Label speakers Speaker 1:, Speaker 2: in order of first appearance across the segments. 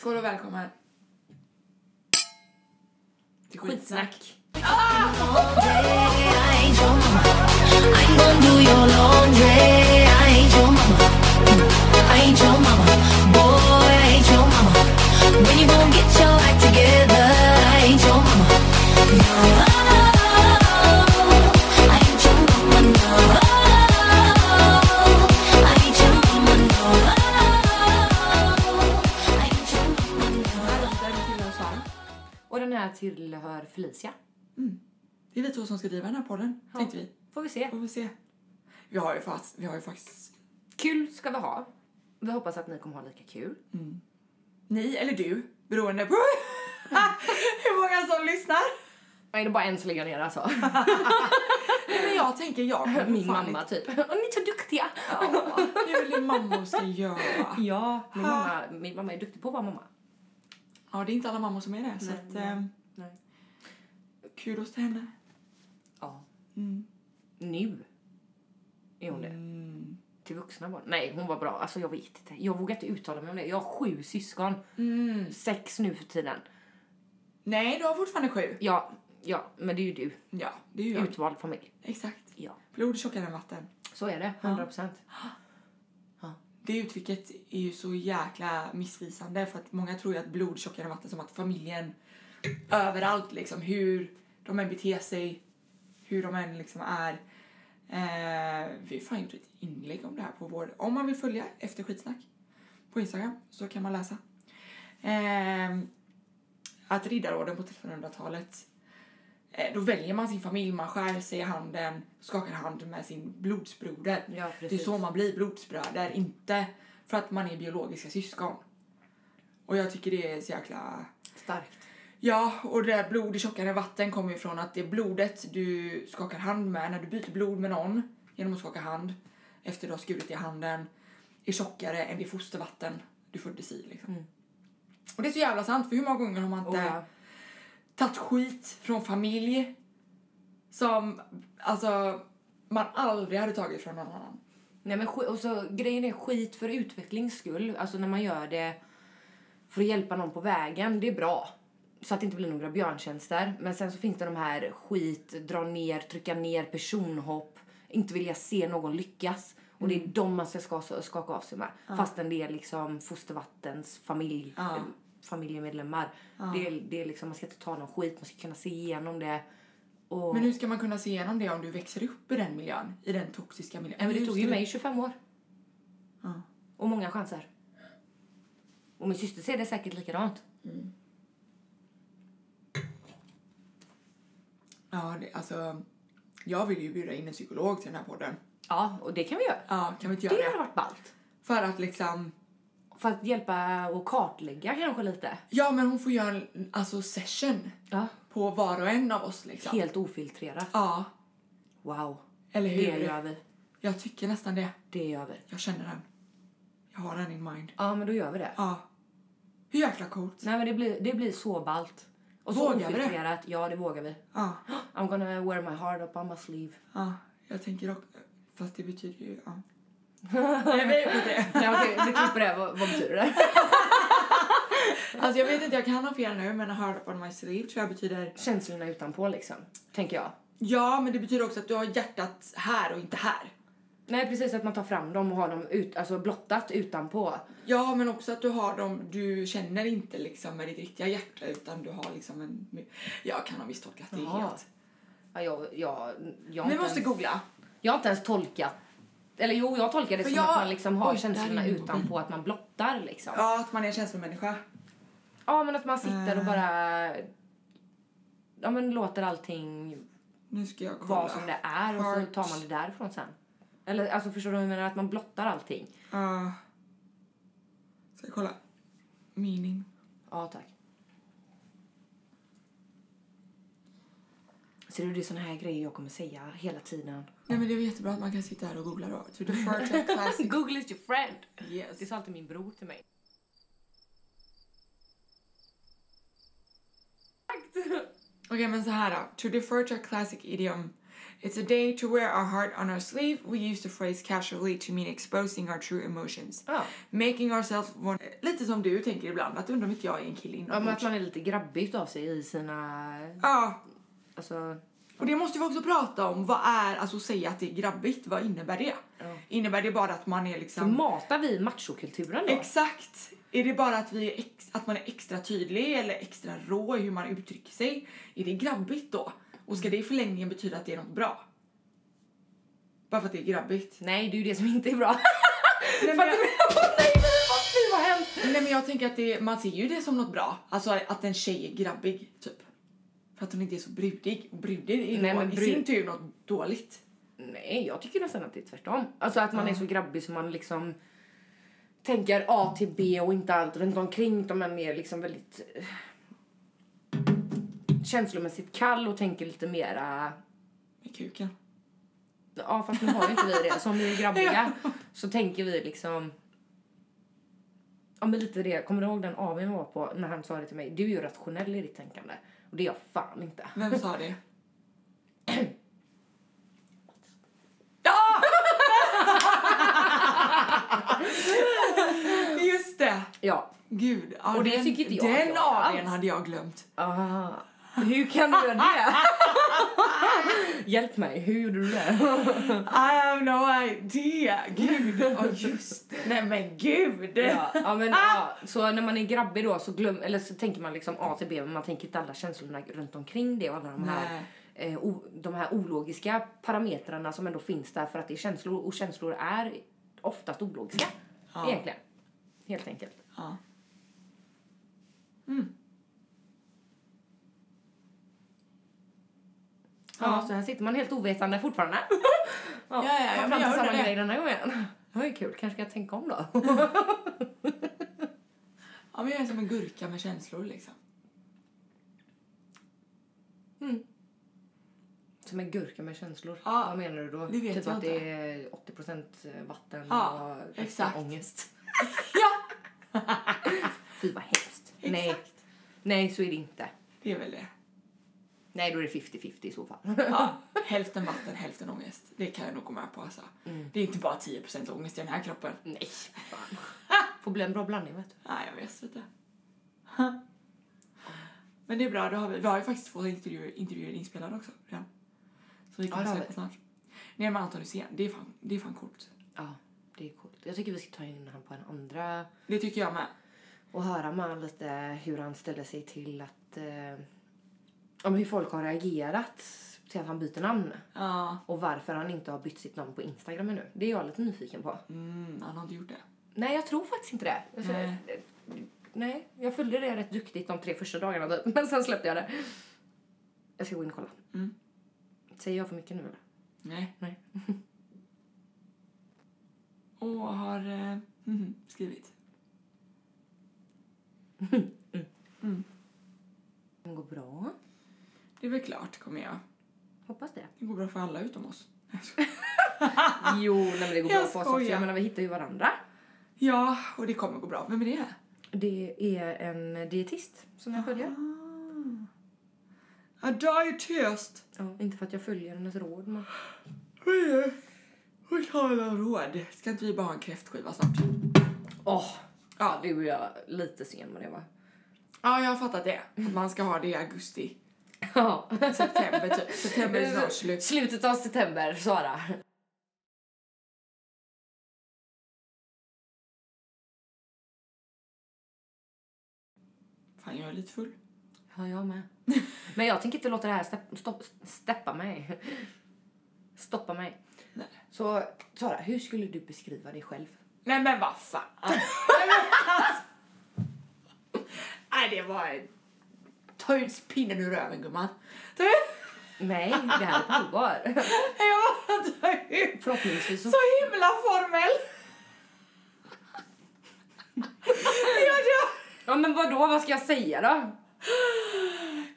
Speaker 1: Skål och välkomna till
Speaker 2: Skitsnack.
Speaker 3: I ain't your mama. I ain't gonna do your laundry. I ain't your mama. I ain't your mama. Boy, I ain't your mama. When you gonna get your act together? I ain't your mama. No. I ain't your mama. No. I ain't your mama. No. I ain't your mama. No.
Speaker 2: Röster till och Sara. Och den här tillhör Felicia.
Speaker 1: Det är vi två som ska driva den här podden,
Speaker 2: Ja.
Speaker 1: tänkte vi.
Speaker 2: Får vi se.
Speaker 1: Får vi se. Vi har ju fast, vi har ju faktiskt...
Speaker 2: Kul ska vi ha. Vi hoppas att ni kommer ha lika kul.
Speaker 1: Ni eller du, beroende på hur många som lyssnar.
Speaker 2: Nej, det är bara en som ligger ner alltså.
Speaker 1: Nej, Men jag tänker, jag kommer
Speaker 2: Min
Speaker 1: fan
Speaker 2: mamma typ. Och ni är så duktiga.
Speaker 1: Ja, det är väl det mammor ska göra.
Speaker 2: Ja, min mamma, min mamma är duktig på att vara mamma.
Speaker 1: Ja, det är inte alla mammor som är det, så att... Eh,
Speaker 2: Nej.
Speaker 1: kudos till henne.
Speaker 2: Ja.
Speaker 1: Mm.
Speaker 2: Nu är hon det.
Speaker 1: Mm.
Speaker 2: Till vuxna barn. Nej, hon var bra. Alltså jag vet inte. Jag vågar inte uttala mig om det. Jag har sju syskon.
Speaker 1: Mm.
Speaker 2: Sex nu för tiden.
Speaker 1: Nej, du har fortfarande sju.
Speaker 2: Ja, ja, men det är ju du.
Speaker 1: Ja, det är ju jag.
Speaker 2: Utvald familj.
Speaker 1: Exakt.
Speaker 2: Ja.
Speaker 1: Blod tjockare än vatten.
Speaker 2: Så är det. 100 procent.
Speaker 1: Det uttrycket är ju så jäkla missvisande för att många tror ju att blod tjockare än vatten som att familjen överallt liksom hur de än beter sig, hur de än liksom är. Eh, vi har fan gjort ett inlägg om det här på vår, om man vill följa efter skitsnack på Instagram så kan man läsa. Eh, att riddarorden på 1300-talet eh, då väljer man sin familj, man skär sig i handen, skakar hand med sin blodsbroder.
Speaker 2: Ja,
Speaker 1: det är
Speaker 2: precis.
Speaker 1: så man blir blodsbröder, inte för att man är biologiska syskon. Och jag tycker det är så jäkla...
Speaker 2: Starkt.
Speaker 1: Ja, och det där blod i tjockare än vatten kommer ju från att det är blodet du skakar hand med när du byter blod med någon genom att skaka hand efter du har skurit i handen är tjockare än det fostervatten du föddes i. Liksom. Och det är så jävla sant, för hur många gånger har man inte
Speaker 2: Mm. Oh, ja.
Speaker 1: tagit skit från familj som alltså, man aldrig hade tagit från någon annan?
Speaker 2: Nej, men sk- och så, grejen är skit för utvecklings skull. Alltså när man gör det för att hjälpa någon på vägen, det är bra. Så att det inte blir några björntjänster. Men sen så finns det de här skit, dra ner, trycka ner, personhopp, inte vilja se någon lyckas. Och det är dem man ska skaka, skaka av sig med. Fastän det är liksom fostervattens familj,
Speaker 1: Ja.
Speaker 2: eh, familjemedlemmar. Det, är, det är liksom, man ska inte ta någon skit, man ska kunna se igenom det. Och,
Speaker 1: Men hur ska man kunna se igenom det om du växer upp i den miljön? I den toxiska miljön?
Speaker 2: Nej, men det
Speaker 1: Hur
Speaker 2: tog
Speaker 1: ska
Speaker 2: ju
Speaker 1: du-
Speaker 2: mig 25 år.
Speaker 1: Ja.
Speaker 2: Och många chanser. Och min syster ser det säkert likadant.
Speaker 1: Ja, det, alltså. Jag vill ju bjuda in en psykolog till den här podden.
Speaker 2: Ja, och det kan vi göra.
Speaker 1: Ja, kan vi inte göra
Speaker 2: Det
Speaker 1: det?
Speaker 2: hade varit ballt.
Speaker 1: För att liksom.
Speaker 2: För att hjälpa och kartlägga kanske lite.
Speaker 1: Ja, men hon får göra en alltså, session
Speaker 2: Ja.
Speaker 1: på var och en av oss liksom.
Speaker 2: Helt ofiltrerat.
Speaker 1: Ja,
Speaker 2: Wow.
Speaker 1: eller hur?
Speaker 2: Det gör vi.
Speaker 1: Jag tycker nästan det.
Speaker 2: Det gör vi.
Speaker 1: Jag känner den. Jag har den in mind.
Speaker 2: Ja, men då gör vi det.
Speaker 1: Ja. Hur jäkla coolt.
Speaker 2: Nej, men det blir, det blir så ballt. Och så
Speaker 1: Vågar vi det?
Speaker 2: ofiltrerat. Ja, det vågar vi.
Speaker 1: Ja,
Speaker 2: I'm gonna wear my heart up on my sleeve.
Speaker 1: ja. Jag tänker också. Fast det betyder ju. Ja. Jag vet inte.
Speaker 2: Nej, okej, vi klipper det. här. Vad, vad betyder det?
Speaker 1: Alltså jag vet inte, jag kan ha fel nu men hard up on my sleeve tror jag betyder
Speaker 2: Känslorna utanpå liksom, tänker jag.
Speaker 1: Ja men det betyder också att du har hjärtat här och inte här.
Speaker 2: Nej precis, att man tar fram dem och har dem ut, alltså blottat utanpå.
Speaker 1: Ja, men också att du har dem, du känner inte liksom med ditt riktiga hjärta utan du har liksom en... Jag kan ha misstolkat det
Speaker 2: Jaha.
Speaker 1: helt.
Speaker 2: Ja, jag, jag, jag, har
Speaker 1: Vi
Speaker 2: inte
Speaker 1: måste
Speaker 2: ens,
Speaker 1: googla.
Speaker 2: jag har inte ens tolkat. Eller jo, jag tolkar det
Speaker 1: För
Speaker 2: som
Speaker 1: jag-
Speaker 2: att man liksom har
Speaker 1: Oj, där
Speaker 2: känslorna
Speaker 1: är min
Speaker 2: utanpå, att man blottar liksom. Ja.
Speaker 1: Ja, att man är en känslomänniska.
Speaker 2: men att man sitter
Speaker 1: Eh.
Speaker 2: och bara... Ja men låter allting
Speaker 1: Nu ska jag kolla.
Speaker 2: vara som det är och så
Speaker 1: Heart.
Speaker 2: tar man det därifrån sen. Eller alltså förstår du vad jag menar? Att man blottar allting.
Speaker 1: Ja. Ska jag kolla? Meaning.
Speaker 2: Ja tack. Ser du, det är såna här grejer jag kommer säga hela tiden.
Speaker 1: Nej men det är väl jättebra att man kan sitta här och googla då. To the fertile classic.
Speaker 2: Google is your friend! Det
Speaker 1: Yes.
Speaker 2: sa alltid min bror till mig.
Speaker 1: Okej men så här då. To the fertile classic idiom It's a day to wear our heart on our sleeve. We use the phrase casually to mean exposing our true emotions.
Speaker 2: Ja.
Speaker 1: Making ourselves want... Lite som du tänker ibland, att undrar om inte jag är en kille
Speaker 2: Om att
Speaker 1: inombords.
Speaker 2: man är lite grabbigt av sig i sina...
Speaker 1: Ja,
Speaker 2: Alltså,
Speaker 1: och det måste vi också prata om. Vad är, alltså säga att det är grabbigt, vad innebär det?
Speaker 2: Ja.
Speaker 1: Innebär det bara att man är liksom...
Speaker 2: matar vi machokulturen då?
Speaker 1: Exakt! Är det bara att, vi är ex- att man är extra tydlig eller extra rå i hur man uttrycker sig? Är det grabbigt då? Och ska det i förlängningen betyda att det är något bra? Bara för att det är grabbigt?
Speaker 2: Nej, det är ju det som inte är bra.
Speaker 1: Nej men, jag,
Speaker 2: Fy vad hemskt!
Speaker 1: nej, men jag tänker att det, man ser ju det som något bra. Alltså att en tjej är grabbig, typ. För att hon inte är så brudig. Och brudig är
Speaker 2: Nej,
Speaker 1: då,
Speaker 2: men
Speaker 1: i
Speaker 2: brud-
Speaker 1: sin tur något dåligt.
Speaker 2: Nej, jag tycker nästan att det är tvärtom. Alltså att man är så grabbig som man liksom tänker A till B och inte allt runt omkring utan man är mer liksom väldigt eh, känslomässigt kall och tänker lite mera
Speaker 1: Med kuken.
Speaker 2: ja fast nu har ju inte vi det som vi är grabbiga så tänker vi liksom ja men lite det, kommer du ihåg den AWn jag var på när han sa det till mig? Du är ju rationell i ditt tänkande och det är jag fan inte.
Speaker 1: Vem sa det? ja! Just det!
Speaker 2: Ja.
Speaker 1: Gud, ja,
Speaker 2: Och det
Speaker 1: den,
Speaker 2: tycker inte jag att
Speaker 1: den
Speaker 2: jag har
Speaker 1: AWn
Speaker 2: alls.
Speaker 1: hade jag glömt.
Speaker 2: Ah, hur kan du göra det? Hjälp mig, hur gjorde du det?
Speaker 1: I have no idea! Gud, ja just det. Nej men gud!
Speaker 2: ja, ja, men, ja. Så när man är grabbig då så, glöm, eller så tänker man liksom A till B men man tänker inte alla känslorna runt omkring det och alla de här, eh, o, de här ologiska parametrarna som ändå finns där för att det är känslor och känslor är oftast ologiska.
Speaker 1: Ja.
Speaker 2: Egentligen. Helt enkelt.
Speaker 1: Ja.
Speaker 2: Ja, så här sitter man helt ovetande fortfarande. ja,
Speaker 1: ja, ja, men
Speaker 2: kom fram
Speaker 1: jag
Speaker 2: till samma
Speaker 1: undrar det.
Speaker 2: grej den här gången. Det var ju kul, kanske ska jag tänka om då.
Speaker 1: ja men jag är som en gurka med känslor liksom.
Speaker 2: Som en gurka med känslor.
Speaker 1: Ja,
Speaker 2: Vad menar du då?
Speaker 1: det vet
Speaker 2: typ
Speaker 1: jag
Speaker 2: att
Speaker 1: inte.
Speaker 2: det är 80% vatten
Speaker 1: Ja,
Speaker 2: och resten
Speaker 1: exakt.
Speaker 2: ångest.
Speaker 1: Ja,
Speaker 2: Fy vad hemskt. Nej.
Speaker 1: exakt.
Speaker 2: Nej, så är det inte.
Speaker 1: Det är väl det.
Speaker 2: Nej, då är det 50-50 i så fall.
Speaker 1: Ja, hälften vatten, hälften ångest. Det kan jag nog gå med på alltså.
Speaker 2: Mm.
Speaker 1: Det är inte bara 10% ångest i den här kroppen.
Speaker 2: Nej, fan. Får bli en bra blandning vet du.
Speaker 1: Nej, jag vet inte. Men det är bra, då har vi, vi har ju faktiskt två intervjuer, intervjuer inspelade också redan. Så vi
Speaker 2: Ja,
Speaker 1: kan
Speaker 2: det har
Speaker 1: släppa
Speaker 2: vi.
Speaker 1: snart. Nej men Anton Hysén, det är fan, det är fan coolt.
Speaker 2: Ja, det är coolt. Jag tycker vi ska ta in honom på en andra
Speaker 1: Det tycker jag med.
Speaker 2: och höra med honom lite hur han ställer sig till att... Eh, om hur folk har reagerat till att han byter namn.
Speaker 1: Ja,
Speaker 2: Och varför han inte har bytt sitt namn på Instagram ännu. Det är jag lite nyfiken på.
Speaker 1: mm, han har inte gjort det.
Speaker 2: Nej, jag tror faktiskt inte det. Alltså,
Speaker 1: Nej.
Speaker 2: eh, Nej, jag följde det rätt duktigt de tre första dagarna typ. Men sen släppte jag det. Jag ska gå in och kolla.
Speaker 1: Mm.
Speaker 2: Säger jag för mycket nu eller?
Speaker 1: Nej.
Speaker 2: Nej.
Speaker 1: Och har eh, mhm, skrivit.
Speaker 2: Det går bra.
Speaker 1: Det är väl klart, kommer jag.
Speaker 2: Hoppas det.
Speaker 1: Det går bra för alla utom oss.
Speaker 2: Jo, nej, men det går
Speaker 1: Jag
Speaker 2: bra för oss också.
Speaker 1: skojar.
Speaker 2: Ah, Jag menar, vi hittar ju varandra.
Speaker 1: Ja, och det kommer gå bra. Vem är det?
Speaker 2: Det är en dietist som jag
Speaker 1: Ah.
Speaker 2: följer.
Speaker 1: A dietist.
Speaker 2: Ja, inte för att jag följer hennes råd men...
Speaker 1: Hon talar råd. Ska inte vi bara ha en kräftskiva snart?
Speaker 2: Åh! ja, du och jag lite sen med det va?
Speaker 1: Ja, jag har fattat det. Att man ska ha det i augusti.
Speaker 2: Ja.
Speaker 1: September typ. September är snart slut.
Speaker 2: Slutet av september, Sara.
Speaker 1: Fan, jag är lite full.
Speaker 2: Ja, jag med. Men jag tänker inte låta det här stepp, stopp, steppa mig. Stoppa mig.
Speaker 1: Nej.
Speaker 2: Så Sara, hur skulle du beskriva dig själv?
Speaker 1: Nej men vad fan. Nej, men alltså. Nej, det var... Ta ut pinnen ur röven gumman. Ta ut...
Speaker 2: Nej, det här är på allvar.
Speaker 1: Jag bara ta ut.
Speaker 2: Förhoppningsvis så...
Speaker 1: Så himla formell. Ja, ja.
Speaker 2: Ja men vadå, vad ska jag säga då?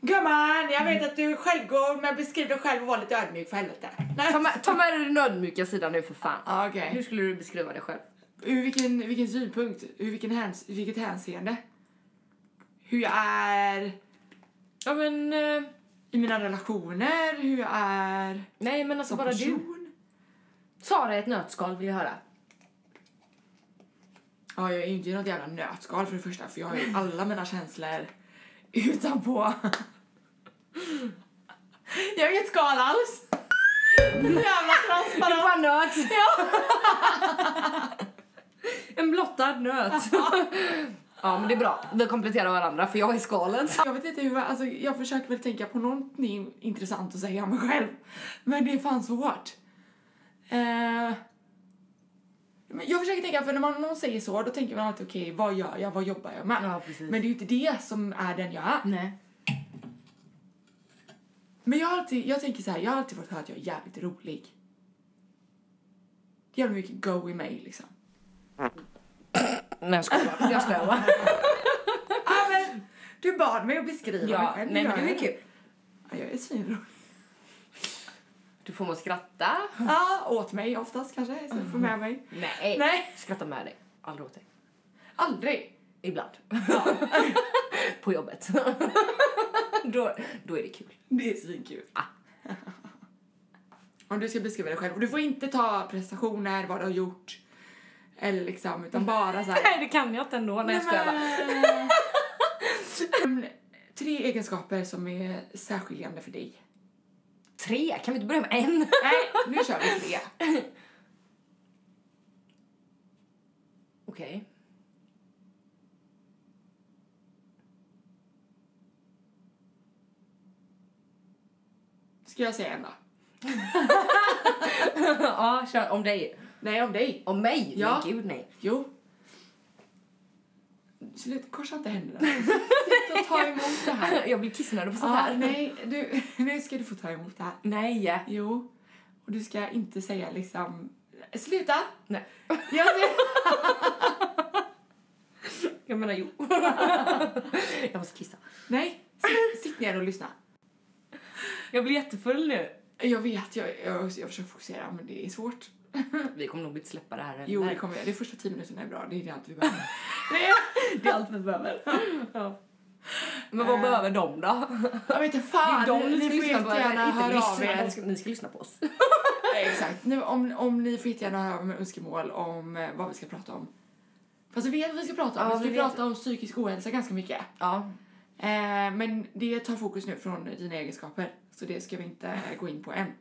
Speaker 1: Gumman, jag vet att du är självgod men beskriv dig själv och var lite ödmjuk för helvete. Nej.
Speaker 2: Ta med, ta med dig den ödmjuka sidan nu för fan.
Speaker 1: Ja, Okej.
Speaker 2: Hur skulle du beskriva dig själv?
Speaker 1: Ur vilken, vilken synpunkt? Ur vilken häns, vilket hänseende? Hur jag är?
Speaker 2: Ja men... eh,
Speaker 1: i mina relationer, hur jag är
Speaker 2: Nej, men alltså
Speaker 1: som
Speaker 2: bara du.
Speaker 1: person.
Speaker 2: Sara i ett nötskal vill jag höra.
Speaker 1: Ja, jag är ju inte något jävla nötskal för det första för jag har ju alla mina känslor utanpå. Jag är inget skal alls. Så Jävla
Speaker 2: En
Speaker 1: transparent.
Speaker 2: Alltså, bara nöt! en blottad nöt. ja, men det är bra. Vi kompletterar varandra för jag är skalen.
Speaker 1: Jag vet inte hur, alltså jag försöker väl tänka på någonting intressant att säga om mig själv. Men det är fan svårt. Eh, men jag försöker tänka, för när man, någon säger så då tänker man alltid okej, vad gör jag, vad jobbar jag med?
Speaker 2: Ja, precis.
Speaker 1: men det är ju inte det som är den jag är.
Speaker 2: Nej.
Speaker 1: Men jag har alltid, jag tänker så här, jag har alltid fått höra att jag är jävligt rolig. Det är jävligt mycket go i mig liksom.
Speaker 2: Nej, jag skojar. Jag skojar bara.
Speaker 1: Ah, men, du bad mig att beskriva mig
Speaker 2: ja,
Speaker 1: själv.
Speaker 2: nej, men
Speaker 1: gör
Speaker 2: det är
Speaker 1: jag.
Speaker 2: kul.
Speaker 1: Ja, jag är svinrolig.
Speaker 2: Du får mig att skratta.
Speaker 1: Ja, åt mig oftast kanske, så får med mig.
Speaker 2: Nej.
Speaker 1: Nej.
Speaker 2: Skratta med dig. Aldrig åt dig.
Speaker 1: Aldrig.
Speaker 2: Ibland. På jobbet. då, då är det kul.
Speaker 1: Det är svinkul. Ah. Om du ska beskriva dig själv, och du får inte ta prestationer, vad du har gjort, eller liksom, utan bara så här.
Speaker 2: Nej, det kan jag inte ändå. Nej, jag skojar bara.
Speaker 1: Men, Tre egenskaper som är särskiljande för dig.
Speaker 2: Tre? Kan vi inte börja med en?
Speaker 1: Nej, nu kör vi tre.
Speaker 2: Okej.
Speaker 1: Ska jag säga en då?
Speaker 2: ja, kör. Om dig.
Speaker 1: Nej, om dig.
Speaker 2: Om mig?
Speaker 1: Ja.
Speaker 2: Men gud nej.
Speaker 1: Jo. Sluta, korsa inte händerna. Sitt och ta emot det här.
Speaker 2: Jag blir kissnödig på sånt
Speaker 1: Ah,
Speaker 2: här.
Speaker 1: nej, du, nu ska du få ta emot det här.
Speaker 2: Nej.
Speaker 1: Jo. Och du ska inte säga liksom... Sluta!
Speaker 2: Nej.
Speaker 1: Jag ser-
Speaker 2: Jag menar jo. jag måste kissa.
Speaker 1: nej, sitt, sitt ner och lyssna.
Speaker 2: Jag blir jättefull nu.
Speaker 1: Jag vet, jag, jag, jag försöker fokusera men det är svårt.
Speaker 2: Vi kommer nog inte släppa det här
Speaker 1: Jo,
Speaker 2: heller.
Speaker 1: det kommer jag. Det första tio minuterna är bra, det är det allt vi behöver. Nej,
Speaker 2: Det är allt vi behöver. Ja. Men vad
Speaker 1: Eh.
Speaker 2: behöver de då?
Speaker 1: jag vet inte
Speaker 2: Det
Speaker 1: fan,
Speaker 2: är de
Speaker 1: ni
Speaker 2: ni
Speaker 1: får
Speaker 2: ska lyssna på.
Speaker 1: jättegärna
Speaker 2: Inte
Speaker 1: höra av
Speaker 2: lyssna.
Speaker 1: er.
Speaker 2: de ska- Ni ska lyssna på oss.
Speaker 1: Nej, Exakt. Nu, om, om ni får jättegärna höra med önskemål om eh, vad vi ska prata om. Fast vi vet vad vi ska prata om. Alltså,
Speaker 2: Ja,
Speaker 1: vi
Speaker 2: vi
Speaker 1: ska
Speaker 2: vet.
Speaker 1: prata om psykisk ohälsa ganska mycket.
Speaker 2: Ja.
Speaker 1: Eh, men det tar fokus nu från dina egenskaper. Så det ska vi inte eh, gå in på än.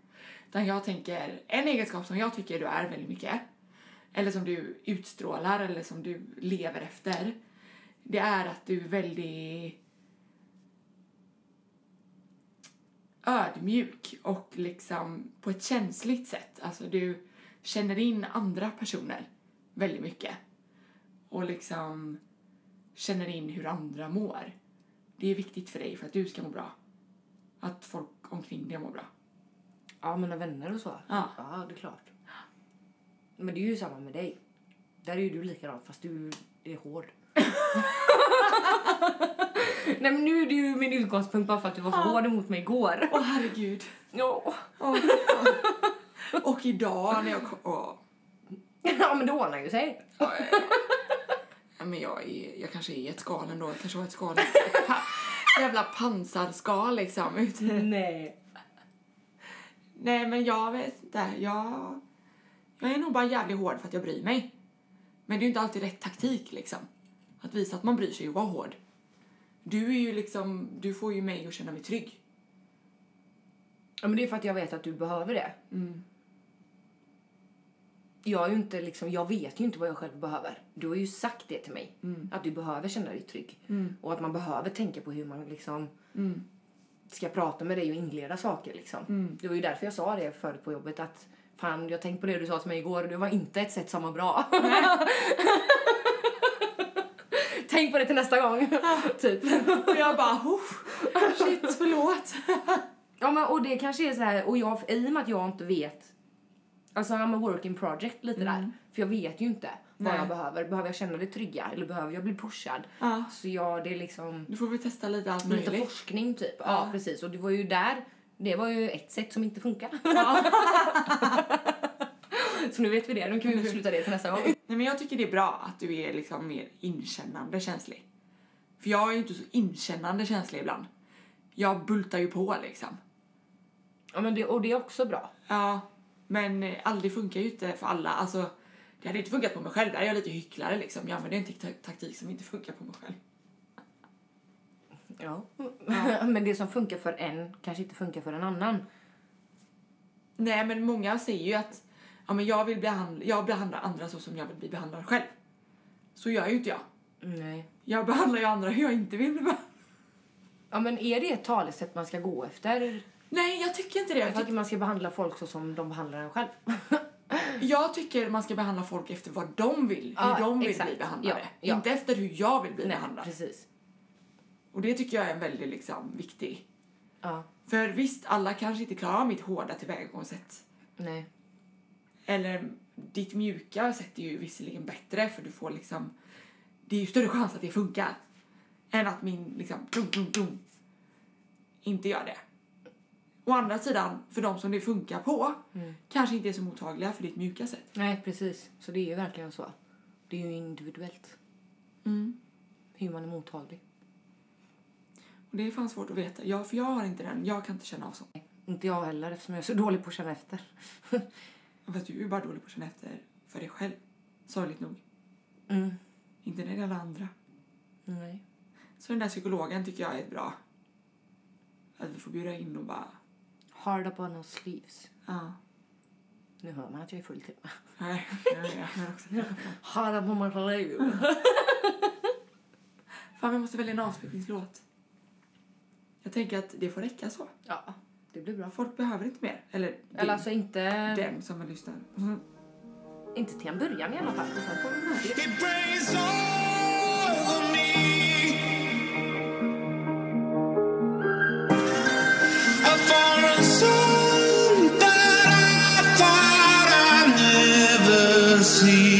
Speaker 1: Utan jag tänker, en egenskap som jag tycker du är väldigt mycket. Eller som du utstrålar eller som du lever efter. Det är att du är väldigt ödmjuk och liksom på ett känsligt sätt. Alltså du känner in andra personer väldigt mycket. Och liksom känner in hur andra mår. Det är viktigt för dig för att du ska må bra. Att folk omkring dig mår bra.
Speaker 2: Ja, mina vänner och så.
Speaker 1: Ja.
Speaker 2: det är klart. Men det är ju samma med dig. Där är ju du likadan fast du är hård. Nej men nu är det ju min utgångspunkt bara för att du var så hård mot mig igår.
Speaker 1: Åh herregud.
Speaker 2: Ja.
Speaker 1: Åh. och idag när jag kom... åh.
Speaker 2: ja men det ordnar ju sig.
Speaker 1: Ja, Men jag, är, jag kanske är ett skal ändå. Jag kanske har ett skal. Pa, jävla pansarskal liksom. Ut.
Speaker 2: Nej.
Speaker 1: Nej men jag vet inte. Jag, jag är nog bara jävligt hård för att jag bryr mig. Men det är ju inte alltid rätt taktik liksom. Att visa att man bryr sig och vara hård. Du är ju liksom, du får ju mig att känna mig trygg.
Speaker 2: Ja men det är för att jag vet att du behöver det. Jag är ju inte liksom, jag vet ju inte vad jag själv behöver. Du har ju sagt det till mig. Att du behöver känna dig trygg. Och att man behöver tänka på hur man liksom ska prata med dig och inleda saker liksom. Det var ju därför jag sa det förut på jobbet att fan jag tänkte på det du sa till mig igår och det var inte ett sätt som var bra. Tänk på det till nästa gång. typ.
Speaker 1: Och jag bara, oh, shit förlåt.
Speaker 2: Ja men och det kanske är så här och jag i och med att jag inte vet alltså I'm a work in project lite där för jag vet ju inte vad
Speaker 1: Nej.
Speaker 2: jag behöver. Behöver jag känna det trygga eller behöver jag bli pushad?
Speaker 1: Ja.
Speaker 2: Så jag det är liksom
Speaker 1: Nu får vi testa lite allt
Speaker 2: lite
Speaker 1: möjligt.
Speaker 2: forskning typ. Ja. precis och det var ju där det var ju ett sätt som inte funkar. så nu vet vi det. Nu kan vi besluta det till nästa gång.
Speaker 1: Nej, men jag tycker det är bra att du är liksom mer inkännande känslig. För jag är ju inte så inkännande känslig ibland. jag bultar ju på liksom.
Speaker 2: Ja, men det, och det är också bra.
Speaker 1: Ja, men eh, aldrig funkar ju inte för alla. Alltså, det hade inte funkat på mig själv. Där är jag lite hycklare liksom. Jag använder en tak- taktik som inte funkar på mig själv.
Speaker 2: Ja. men det som funkar för en kanske inte funkar för en annan.
Speaker 1: Nej, men många säger ju att ja, men jag, vill behandla, jag behandlar andra så som jag vill bli behandlad själv. Så gör ju inte jag.
Speaker 2: Nej.
Speaker 1: Jag behandlar ju andra hur jag inte vill bli behandlad.
Speaker 2: Ja, men är det ett talesätt man ska gå efter?
Speaker 1: Nej, jag tycker inte det.
Speaker 2: Jag
Speaker 1: för
Speaker 2: tycker man ska behandla folk så som de behandlar en själv.
Speaker 1: att jag tycker man ska behandla folk efter vad de vill. Hur
Speaker 2: Ja,
Speaker 1: de vill
Speaker 2: exakt.
Speaker 1: bli behandlade.
Speaker 2: Ja, ja.
Speaker 1: Inte efter hur jag vill bli
Speaker 2: Nej,
Speaker 1: behandlad.
Speaker 2: precis.
Speaker 1: Och det tycker jag är en väldigt liksom, viktig.
Speaker 2: Ja,
Speaker 1: För visst, alla kanske inte klarar av mitt hårda tillvägagångssätt.
Speaker 2: nej.
Speaker 1: Eller ditt mjuka sätt är ju visserligen bättre för du får liksom det är ju större chans att det funkar än att min liksom dum, dum, dum, inte gör det. Å andra sidan, för de som det funkar på
Speaker 2: Mm.
Speaker 1: kanske inte är så mottagliga för ditt mjuka sätt.
Speaker 2: Nej, precis. Så det är ju verkligen så. Det är ju individuellt. Mm. Hur man är mottaglig.
Speaker 1: Och det är fan svårt att veta. Ja, för jag har inte den. Jag kan inte känna av sånt.
Speaker 2: Inte jag heller eftersom jag är så dålig på att känna efter.
Speaker 1: Fast du är ju bara dålig på att känna efter för dig själv. Sorgligt nog.
Speaker 2: Mm.
Speaker 1: Inte när det gäller andra.
Speaker 2: Nej.
Speaker 1: Så den där psykologen tycker jag är bra. Att vi får bjuda in och bara,
Speaker 2: Hard up on our sleeves.
Speaker 1: ja.
Speaker 2: Nu hör man att jag är full till.
Speaker 1: Nej, jag gör också.
Speaker 2: Hard up on my sleeves.
Speaker 1: Fan, vi måste välja en avslutningslåt. Jag tänker att det får räcka så.
Speaker 2: ja, det blir bra.
Speaker 1: Folk behöver inte mer. Eller, din,
Speaker 2: Eller alltså inte,
Speaker 1: den som lyssnar.
Speaker 2: inte till en början i alla fall. Och sen får vi väl se.
Speaker 4: It rains over me. A foreign sun that I thought I never see. Oh,